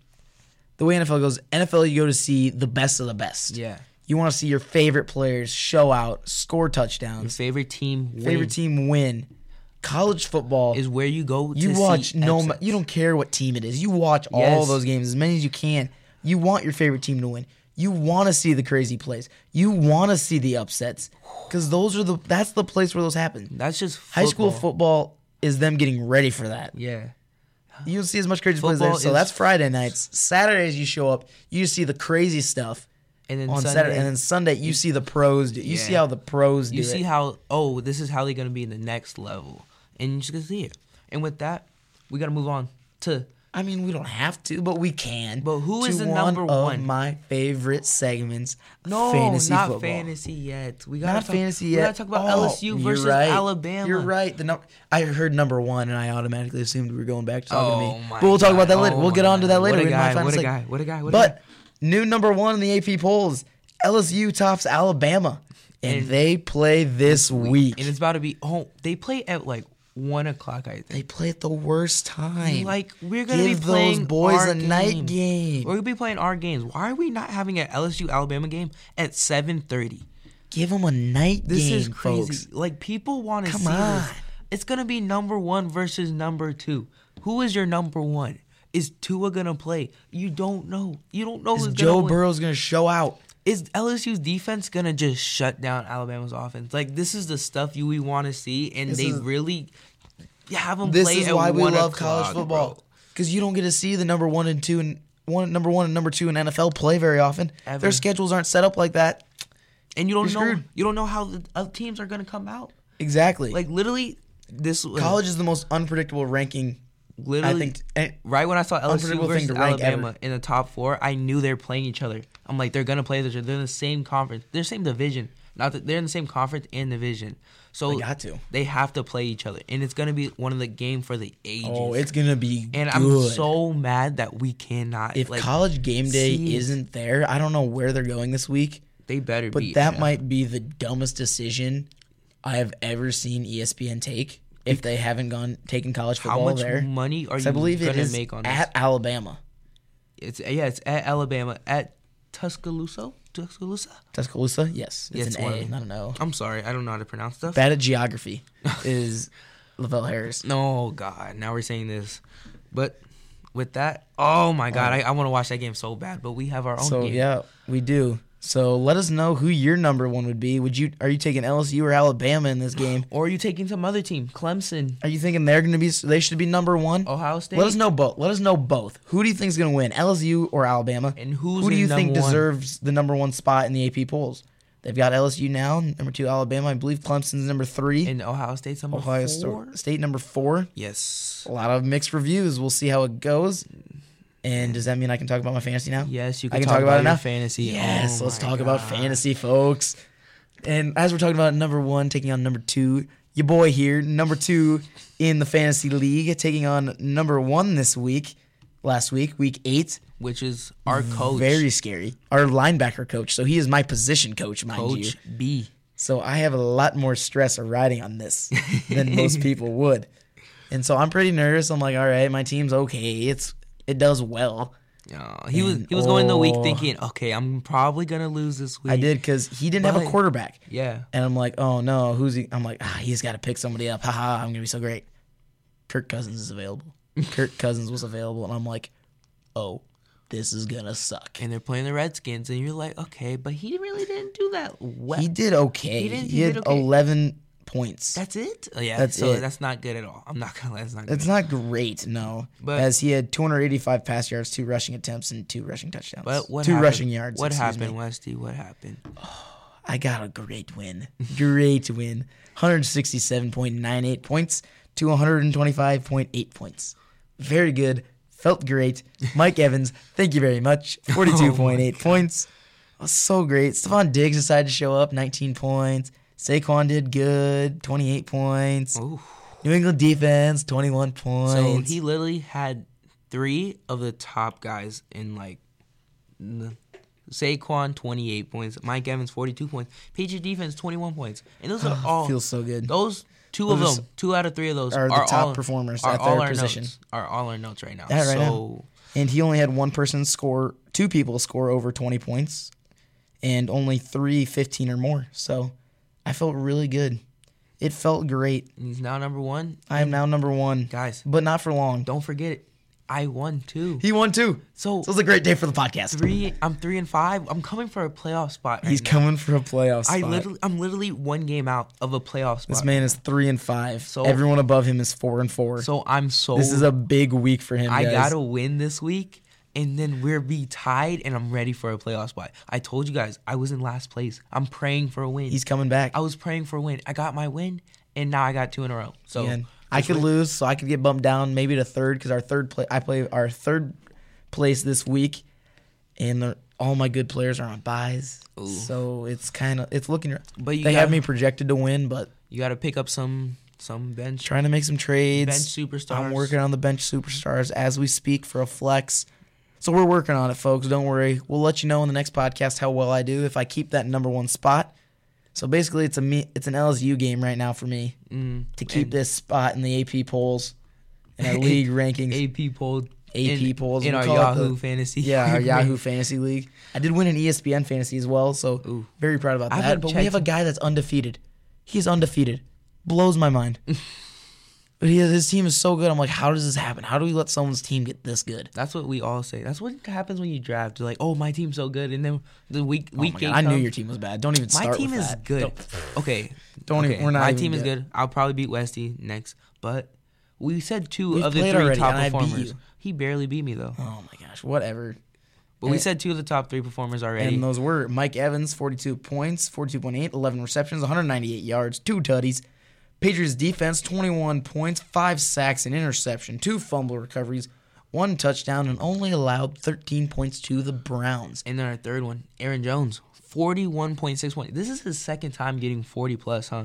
the way NFL goes, NFL you go to see the best of the best.
Yeah.
you want to see your favorite players show out, score touchdowns,
Favorite team, win
favorite team win. College football
is where you go.
You
to
watch
see
no, ma-
upsets.
you don't care what team it is. You watch all
Yes.
those games as many as you can. You want your favorite team to win. You want to see the crazy plays. You want to see the upsets because those are the that's the place where those happen.
That's just
High school football is them getting ready for that.
Yeah,
You don't see as much crazy plays there.
Football
So
is-
that's Friday nights. Saturdays you show up, you see the crazy stuff
and then
on
Sunday,
Saturday, and then Sunday you see the pros. Do, you see
Yeah.
how the pros do
you
it.
see how oh this is how they're gonna be in the next level, and you just gonna see it. And with that, we gotta move on to
I mean, we don't have to, but we can.
But who
to
is the
one
number
of
one?
my favorite segments?
no,
fantasy
not
football.
fantasy yet. We gotta
Not
talk,
fantasy
We
yet.
gotta talk about
Oh,
LSU
you're
versus
right.
Alabama.
You're right. The number I heard number one, and I automatically assumed we were going back to talking
Oh
to me.
my
But we'll talk about that
God.
later.
Oh
we'll get
my
on to that
God.
later.
What a
in my
guy.
final
What a
segment.
guy. What a guy. What a
But
guy.
new number one in the AP polls. LSU tops Alabama, and,
And-
they play this week.
and it's about to be home. They play at like one o'clock. I think.
they play at the worst time.
Like we're gonna
Give
be
those
playing
boys
our
a night
games.
game.
We're gonna be playing our games. Why are we not having an LSU Alabama game at seven thirty?
Give them a night
This
game,
is crazy.
folks.
Like people want to
Come
see
on.
this. It's gonna be number one versus number two. Who is your number one? Is Tua gonna play? You don't know. You don't know.
Is
who's
Joe
gonna win.
Burrow's gonna show out.
is LSU's defense gonna just shut down Alabama's offense? Like this is the stuff you we want to see, and
This
they
is-
really have them
This
play
is
at
why we
one
love
o'clock,
college football
bro.
because you don't get to see the number one and two and one number one and number two in NFL play very often.
Ever.
Their schedules aren't set up like that.
And you don't
You're
know
screwed.
you don't know how the other teams are gonna come out.
Exactly. Like
Like literally, this
college is the most unpredictable ranking.
Literally,
I think. eh, and-
right when I saw LSU
Unpredictable thing
versus
to rank
Alabama
ever.
in the top four, I knew they were playing each other. I'm like, they're gonna play each other. They're in the same conference. They're same division. Not that they're in the same conference and division. So
They got to.
They have to play each other, and it's gonna be one of the game for the ages.
oh, it's gonna be.
And I'm
good.
so mad that we cannot.
If
like,
college game day
see-
isn't there, I don't know where they're going this week.
they better
But
be.
that might be the dumbest decision I have ever seen E ESPN take. If they haven't gone taken college
How
football
much
there,
money are you
So I believe it
gonna
is
make on this?
at Alabama,
It's yeah, it's at Alabama at Tuscaloosa. Tuscaloosa.
Tuscaloosa. Yes, it's
Yeah, it's
an
one of
A,
them.
not an O.
I'm sorry, I don't know how to pronounce stuff.
Bad
(laughs)
at geography is Lavelle Harris.
No, God, now we're saying this, but with that, oh my God, I, I want to watch that game so bad. But we have our own
So
game.
yeah, we do. So let us know who your number one would be. Would you are you taking LSU or Alabama in
(sighs)
this game?
Or are you taking some other team, Clemson,
Are you thinking they're going to be they should be number one?
Ohio State?
Let us know both. Let us know both. Who do you think is going to win, LSU or Alabama?
And who's
who do
in
you
number
think
one?
deserves the number one spot in the AP polls? They've got LSU now, number two Alabama. I believe Clemson's number three.
and Ohio State's number four.
Ohio Sto- State number four.
Yes,
a lot of mixed reviews. We'll see how it goes. And does that mean I can talk about my fantasy now?
yes, you
I
can, talk, about,
it
your
now.
fantasy.
Yes,
Oh
let's
my
talk about
God.
fantasy, folks. And as we're talking about number one taking on number two, your boy here, number two in the fantasy league, taking on number one this week, last week, week eight.
which is our coach,
Very scary. Our linebacker coach. So he is my position coach, mind you.
Coach B.
So I have a lot more stress riding on this than
(laughs)
most people would. And so I'm pretty nervous. I'm like, all right, my team's okay. It's it does well.
Oh, he was
And,
he was going the week
oh.
thinking, okay, I'm probably gonna lose this week.
I did because he didn't have a
But-
quarterback.
Yeah.
And I'm like, oh no, who's he? I'm like, ah, he's got to pick somebody up. Haha, I'm gonna be so great. Kirk Cousins is available. Kirk Cousins was available, and I'm like, oh, this is gonna suck.
And they're playing the Redskins, and you're like, okay, but he really didn't do that well.
He did okay.
He
He,
did- he
had
did okay.
11 points.
that's it. Oh, yeah.
That's
so
it.
that's not good at all. I'm not gonna lie. That's not good.
That's not great, no.
But-
as he had 285 pass yards, two rushing attempts, and two rushing touchdowns.
but what
two
happened?
rushing yards.
What
excuse
happened,
me.
Westy? What happened?
I got a
(laughs)
great win. Great win. 167.98 points to 125.8 points. Very good. Felt great.
(laughs)
Mike Evans, thank you very much.
Oh
42.8 points. That was so great. Stephon Diggs decided to show up, 19 points. Saquon did good, 28 points.
Ooh.
New England defense, 21 points.
So he literally had three of the top guys in like n- Saquon 28 points, Mike Evans 42 points, Patriot defense 21 points, and those are all
Ah, feels so good.
Those two
Those are
of them, two out of three of those
are
are,
the top
all,
performers
are
at
all
their
our
position.
Notes, are all our notes right now.
Yeah, right now.
so
And he only had one person score, two people score over 20 points, and only three 15 or more. So I felt really good. It felt great.
he's now number one,
I am now number one,
guys.
but not for long.
Don't forget it. I won too.
He won too.
So
So it was a great day for the podcast.
three, I'm three and five. I'm coming for a playoff spot. Right
He's
now.
coming for a playoff spot.
I literally, I'm literally one game out of a playoff spot.
this man is three and five.
So-
Everyone above him is four and four.
so I'm so
this is a big week for him.
I
guys.
gotta win this week, and then we'll be tied, and I'm ready for a playoff spot. I told you guys I was in last place. I'm praying for a win.
He's coming back.
I was praying for a win. I got my win, and now I got two in a row. So
And I could lose, so I could get bumped down maybe to third because our third play, I play our third place this week, and the, all my good players are on buys. So it's kind of it's looking.
But you
they have
gotta-
me projected to win, but
you got to pick up some some bench
trying to make some trades.
bench superstars.
I'm working on the bench superstars as we speak for a flex. So we're working on it, folks. Don't worry. We'll let you know in the next podcast how well I do if I keep that number one spot. So basically, it's a me, it's an LSU game right now for me
Mm.
to keep this spot in the AP polls and
(laughs)
our league rankings.
AP poll
AP
in,
polls,
in
we
our
call it
Yahoo (laughs)
the-
fantasy.
yeah, our Yahoo Fantasy League. I did win an E ESPN Fantasy as well, so very proud about
I
that.
haven't
But we
checked-
have a guy that's undefeated. He's undefeated. Blows my
(laughs)
mind. but he, his team is so good. I'm like, how does this happen? How do we let someone's team get this good?
That's what we all say. That's what happens when you draft. You're like, oh, my team's so good, and then the week week
Oh my
eight
God, I knew
comes.
your team was bad. Don't even
My
start
team
with
is
that.
good.
Don't-
Okay.
Don't even-
okay,
we're not
My
even
team is
good.
good. I'll probably beat Westy next, but we said 2
We've
of the three
played already,
top
and I beat
performers.
you.
He barely beat me though.
Oh my gosh, whatever.
But we said two of the top three performers already.
And those were Mike Evans, 42 points, 42.8, 11 receptions, 198 yards, two tutties. Patriots defense, 21 points, five sacks, an interception, two fumble recoveries, one touchdown, and only allowed 13 points to the Browns.
And then our third one, Aaron Jones, forty-one point six one. This is his second time getting forty plus, huh?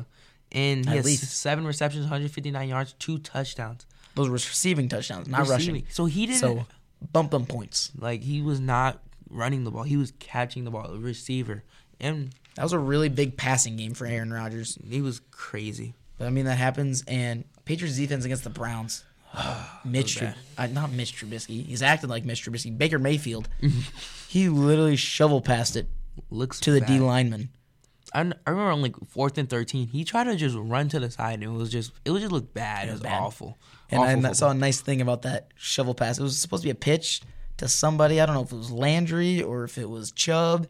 And he
At
has
least.
seven receptions, one hundred fifty-nine yards, two touchdowns.
Those were receiving touchdowns, not
Receiving.
rushing.
So he didn't
So bump them points.
like he was not running the ball. He was catching the ball, a receiver, and
That was a really big passing game for Aaron Rodgers.
he was crazy.
But I mean, that happens. And Patriots defense against
(sighs)
the Browns. (sighs) Mitch, Trub- uh, not Mitch Trubisky. He's acting like Mitch Trubisky.
(laughs)
Baker Mayfield. he literally shovel passed it
Looks
to the
bad.
D lineman.
I, kn- I remember on like fourth and thirteen, he tried to just run to the side, and it was just it was just looked bad. It was
bad.
awful.
And I
Awful
n- saw
football.
a nice thing about that shovel pass. It was supposed to be a pitch to somebody. I don't know if it was Landry or if it was Chubb,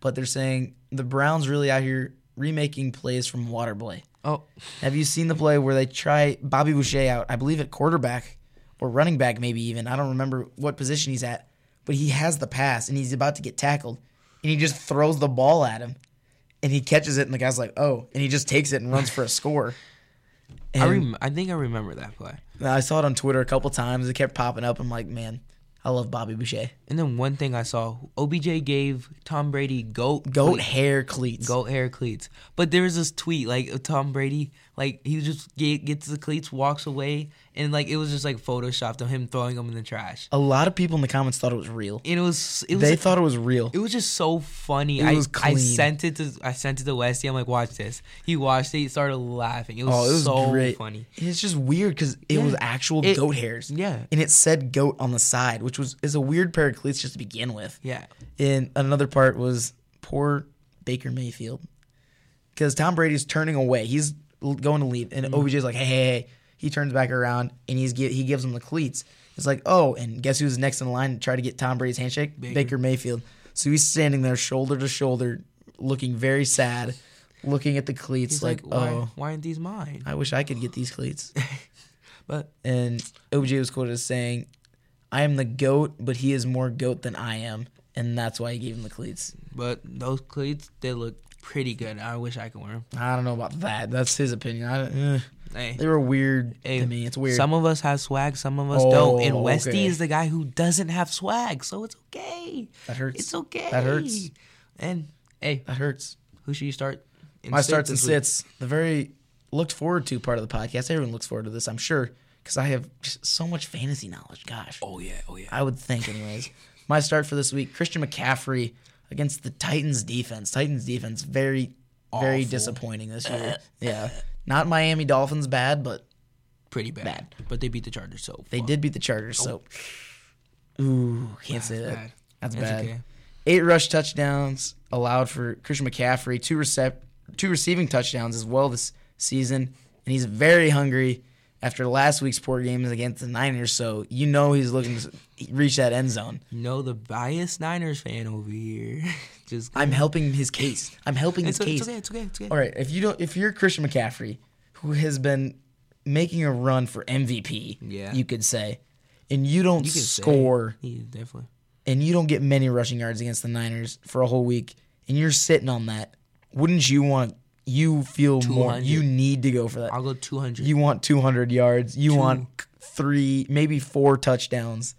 but they're saying the Browns really out here remaking plays from water play.
oh,
Have you seen the play where they try Bobby Boucher out? I believe at quarterback or running back, maybe even. I don't remember what position he's at, but he has the pass and he's about to get tackled, and he just throws the ball at him, and he catches it, and the guy's like, "Oh!" and he just takes it and runs for a (laughs) score.
I
And-
rem- I think I remember that play.
I saw it on Twitter a couple times. It kept popping up. I'm like, man, I love Bobby Boucher.
And then one thing I saw, OBJ gave Tom Brady goat
Goat
cleats-
hair cleats.
goat hair cleats. But there was this tweet like of Tom Brady Like he just get, gets the cleats, walks away, and like it was just like photoshopped of him throwing them in the trash.
A lot of people in the comments thought it was real.
And it was it was
they
like,
thought it was real.
it was just so funny.
It
I,
was
I
clean.
sent it to I sent it to Westy. I'm like, watch this. He watched it. He started laughing. It was,
oh, it was
so
great.
funny.
It's just weird because it
Yeah.
was actual
It-
goat hairs.
yeah.
and it said goat on the side, which was is a weird pair of cleats just to begin with.
Yeah,
And another part was poor Baker Mayfield because Tom Brady's turning away. He's l- going to leave, and OBJ's like, hey, hey, hey. He turns back around and he's gi- he gives him the cleats. It's like, oh, and guess who's next in line to try to get Tom Brady's handshake? Baker, Mayfield. So he's standing there shoulder to shoulder, looking very sad, looking at the cleats
it's
like,
like, why,
oh,
why aren't these mine?
I wish I could get these cleats.
But
and OBJ was quoted as saying, "I am the goat, but he is more goat than I am, and that's why he gave him the cleats."
but those cleats they look pretty good. I wish I could wear them.
I don't know about that. That's his opinion. I, don't- eh.
Hey.
They were weird
Hey,
to me. It's weird.
Some of us have swag, some of us
Oh,
don't. And Westy
okay.
is the guy who doesn't have swag, so it's okay.
That hurts.
It's okay.
That hurts.
And hey,
that hurts.
who should you start? in
My
sit
starts and
this week?
sits. The very looked forward to part of the podcast. Everyone looks forward to this, I'm sure, because I have just so much fantasy knowledge. Gosh,
Oh yeah, oh yeah.
I would
(laughs)
think, anyways. My start for this week: Christian McCaffrey against the Titans defense. Titans defense very, very
Awful.
disappointing
(laughs)
this year. yeah, not Miami Dolphins bad, but
Pretty bad. But they beat the Chargers, so
They
fuck.
did beat the Chargers, so ooh, can't say that.
bad.
That's,
That's
bad.
okay.
Eight rush touchdowns allowed for Christian McCaffrey, two recep- two receiving touchdowns as well this season, and he's very hungry after last week's poor games against the Niners. So you know he's looking to s- reach that end zone.
You know the biased Niners fan over here. (laughs) Just
I'm helping his case. I'm helping his
it's,
case.
it's okay, it's okay, it's okay.
All right, if you don't, if you're Christian McCaffrey, who has been making a run for MVP,
Yeah.
you could say, and you don't
You can say-
score.
Yeah, definitely.
and you don't get many rushing yards against the Niners for a whole week, and you're sitting on that, wouldn't you want? You feel more.
200.
You need to go for that.
I'll go two hundred.
You want 200 yards. You want three, maybe four touchdowns.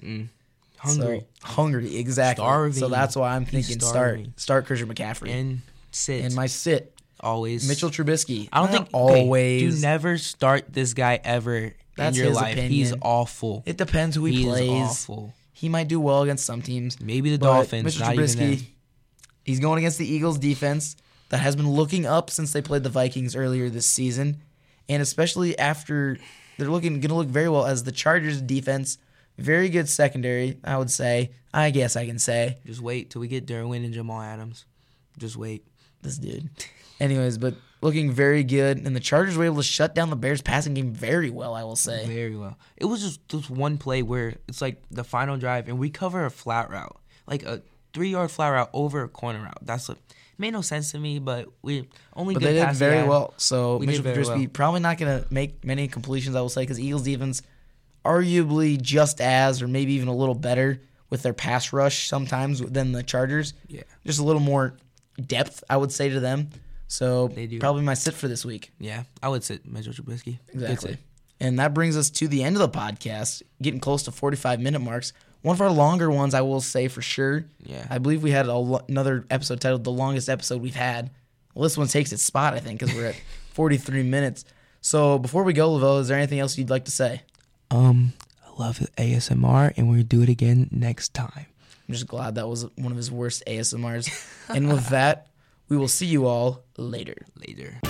hungry.
So, hungry, exactly. So
Starving.
that's why I'm
He's
thinking
starving.
start start Christian McCaffrey and,
and sit
my sit
always
Mitchell Trubisky.
I don't
Not
think okay,
always.
you never start this guy ever
That's
in your
his
life. He's
opinion.
awful.
it depends who he
He's
plays.
awful.
He might do well against some teams.
Maybe the
But
Dolphins.
Mitchell
Not even them.
Trubisky, he's going against the Eagles defense that has been looking up since they played the Vikings earlier this season, and especially after they're looking going to look very well as the Chargers defense. Very good secondary, I would say. I guess I can say
Just wait till we get Derwin and Jamal Adams. Just wait.
this dude. Anyways, but looking very good, and the Chargers were able to shut down the Bears passing game very well. I will say
Very well. It was just this one play where it's like the final drive, and we cover a flat route, like a three yard flat route over a corner route. That's what made no sense to me, but we only
but
good
they did
pass
very
guy.
well. So
We did
Mitchell
very
Trubisky
well.
probably not going to make many completions. I will say because Eagles defense, arguably just as or maybe even a little better with their pass rush sometimes than the Chargers.
Yeah.
just a little more depth I would say to them. So
do.
probably my sit for this week.
Yeah, I would sit Mitchell Trubisky. Good sit.
And that brings us to the end of the podcast, getting close to 45 minute marks. One of our longer ones, I will say for sure.
Yeah.
I believe we had a lo- another episode titled The Longest Episode We've Had. Well, this one takes its spot, I think, because we're at 43 minutes. So before we go, Lavelle, is there anything else you'd like to say?
Um, I love ASMR, and we're gonna do it again next time.
I'm just glad that was one of his worst ASMRs. and with that, we will see you all later.
Later.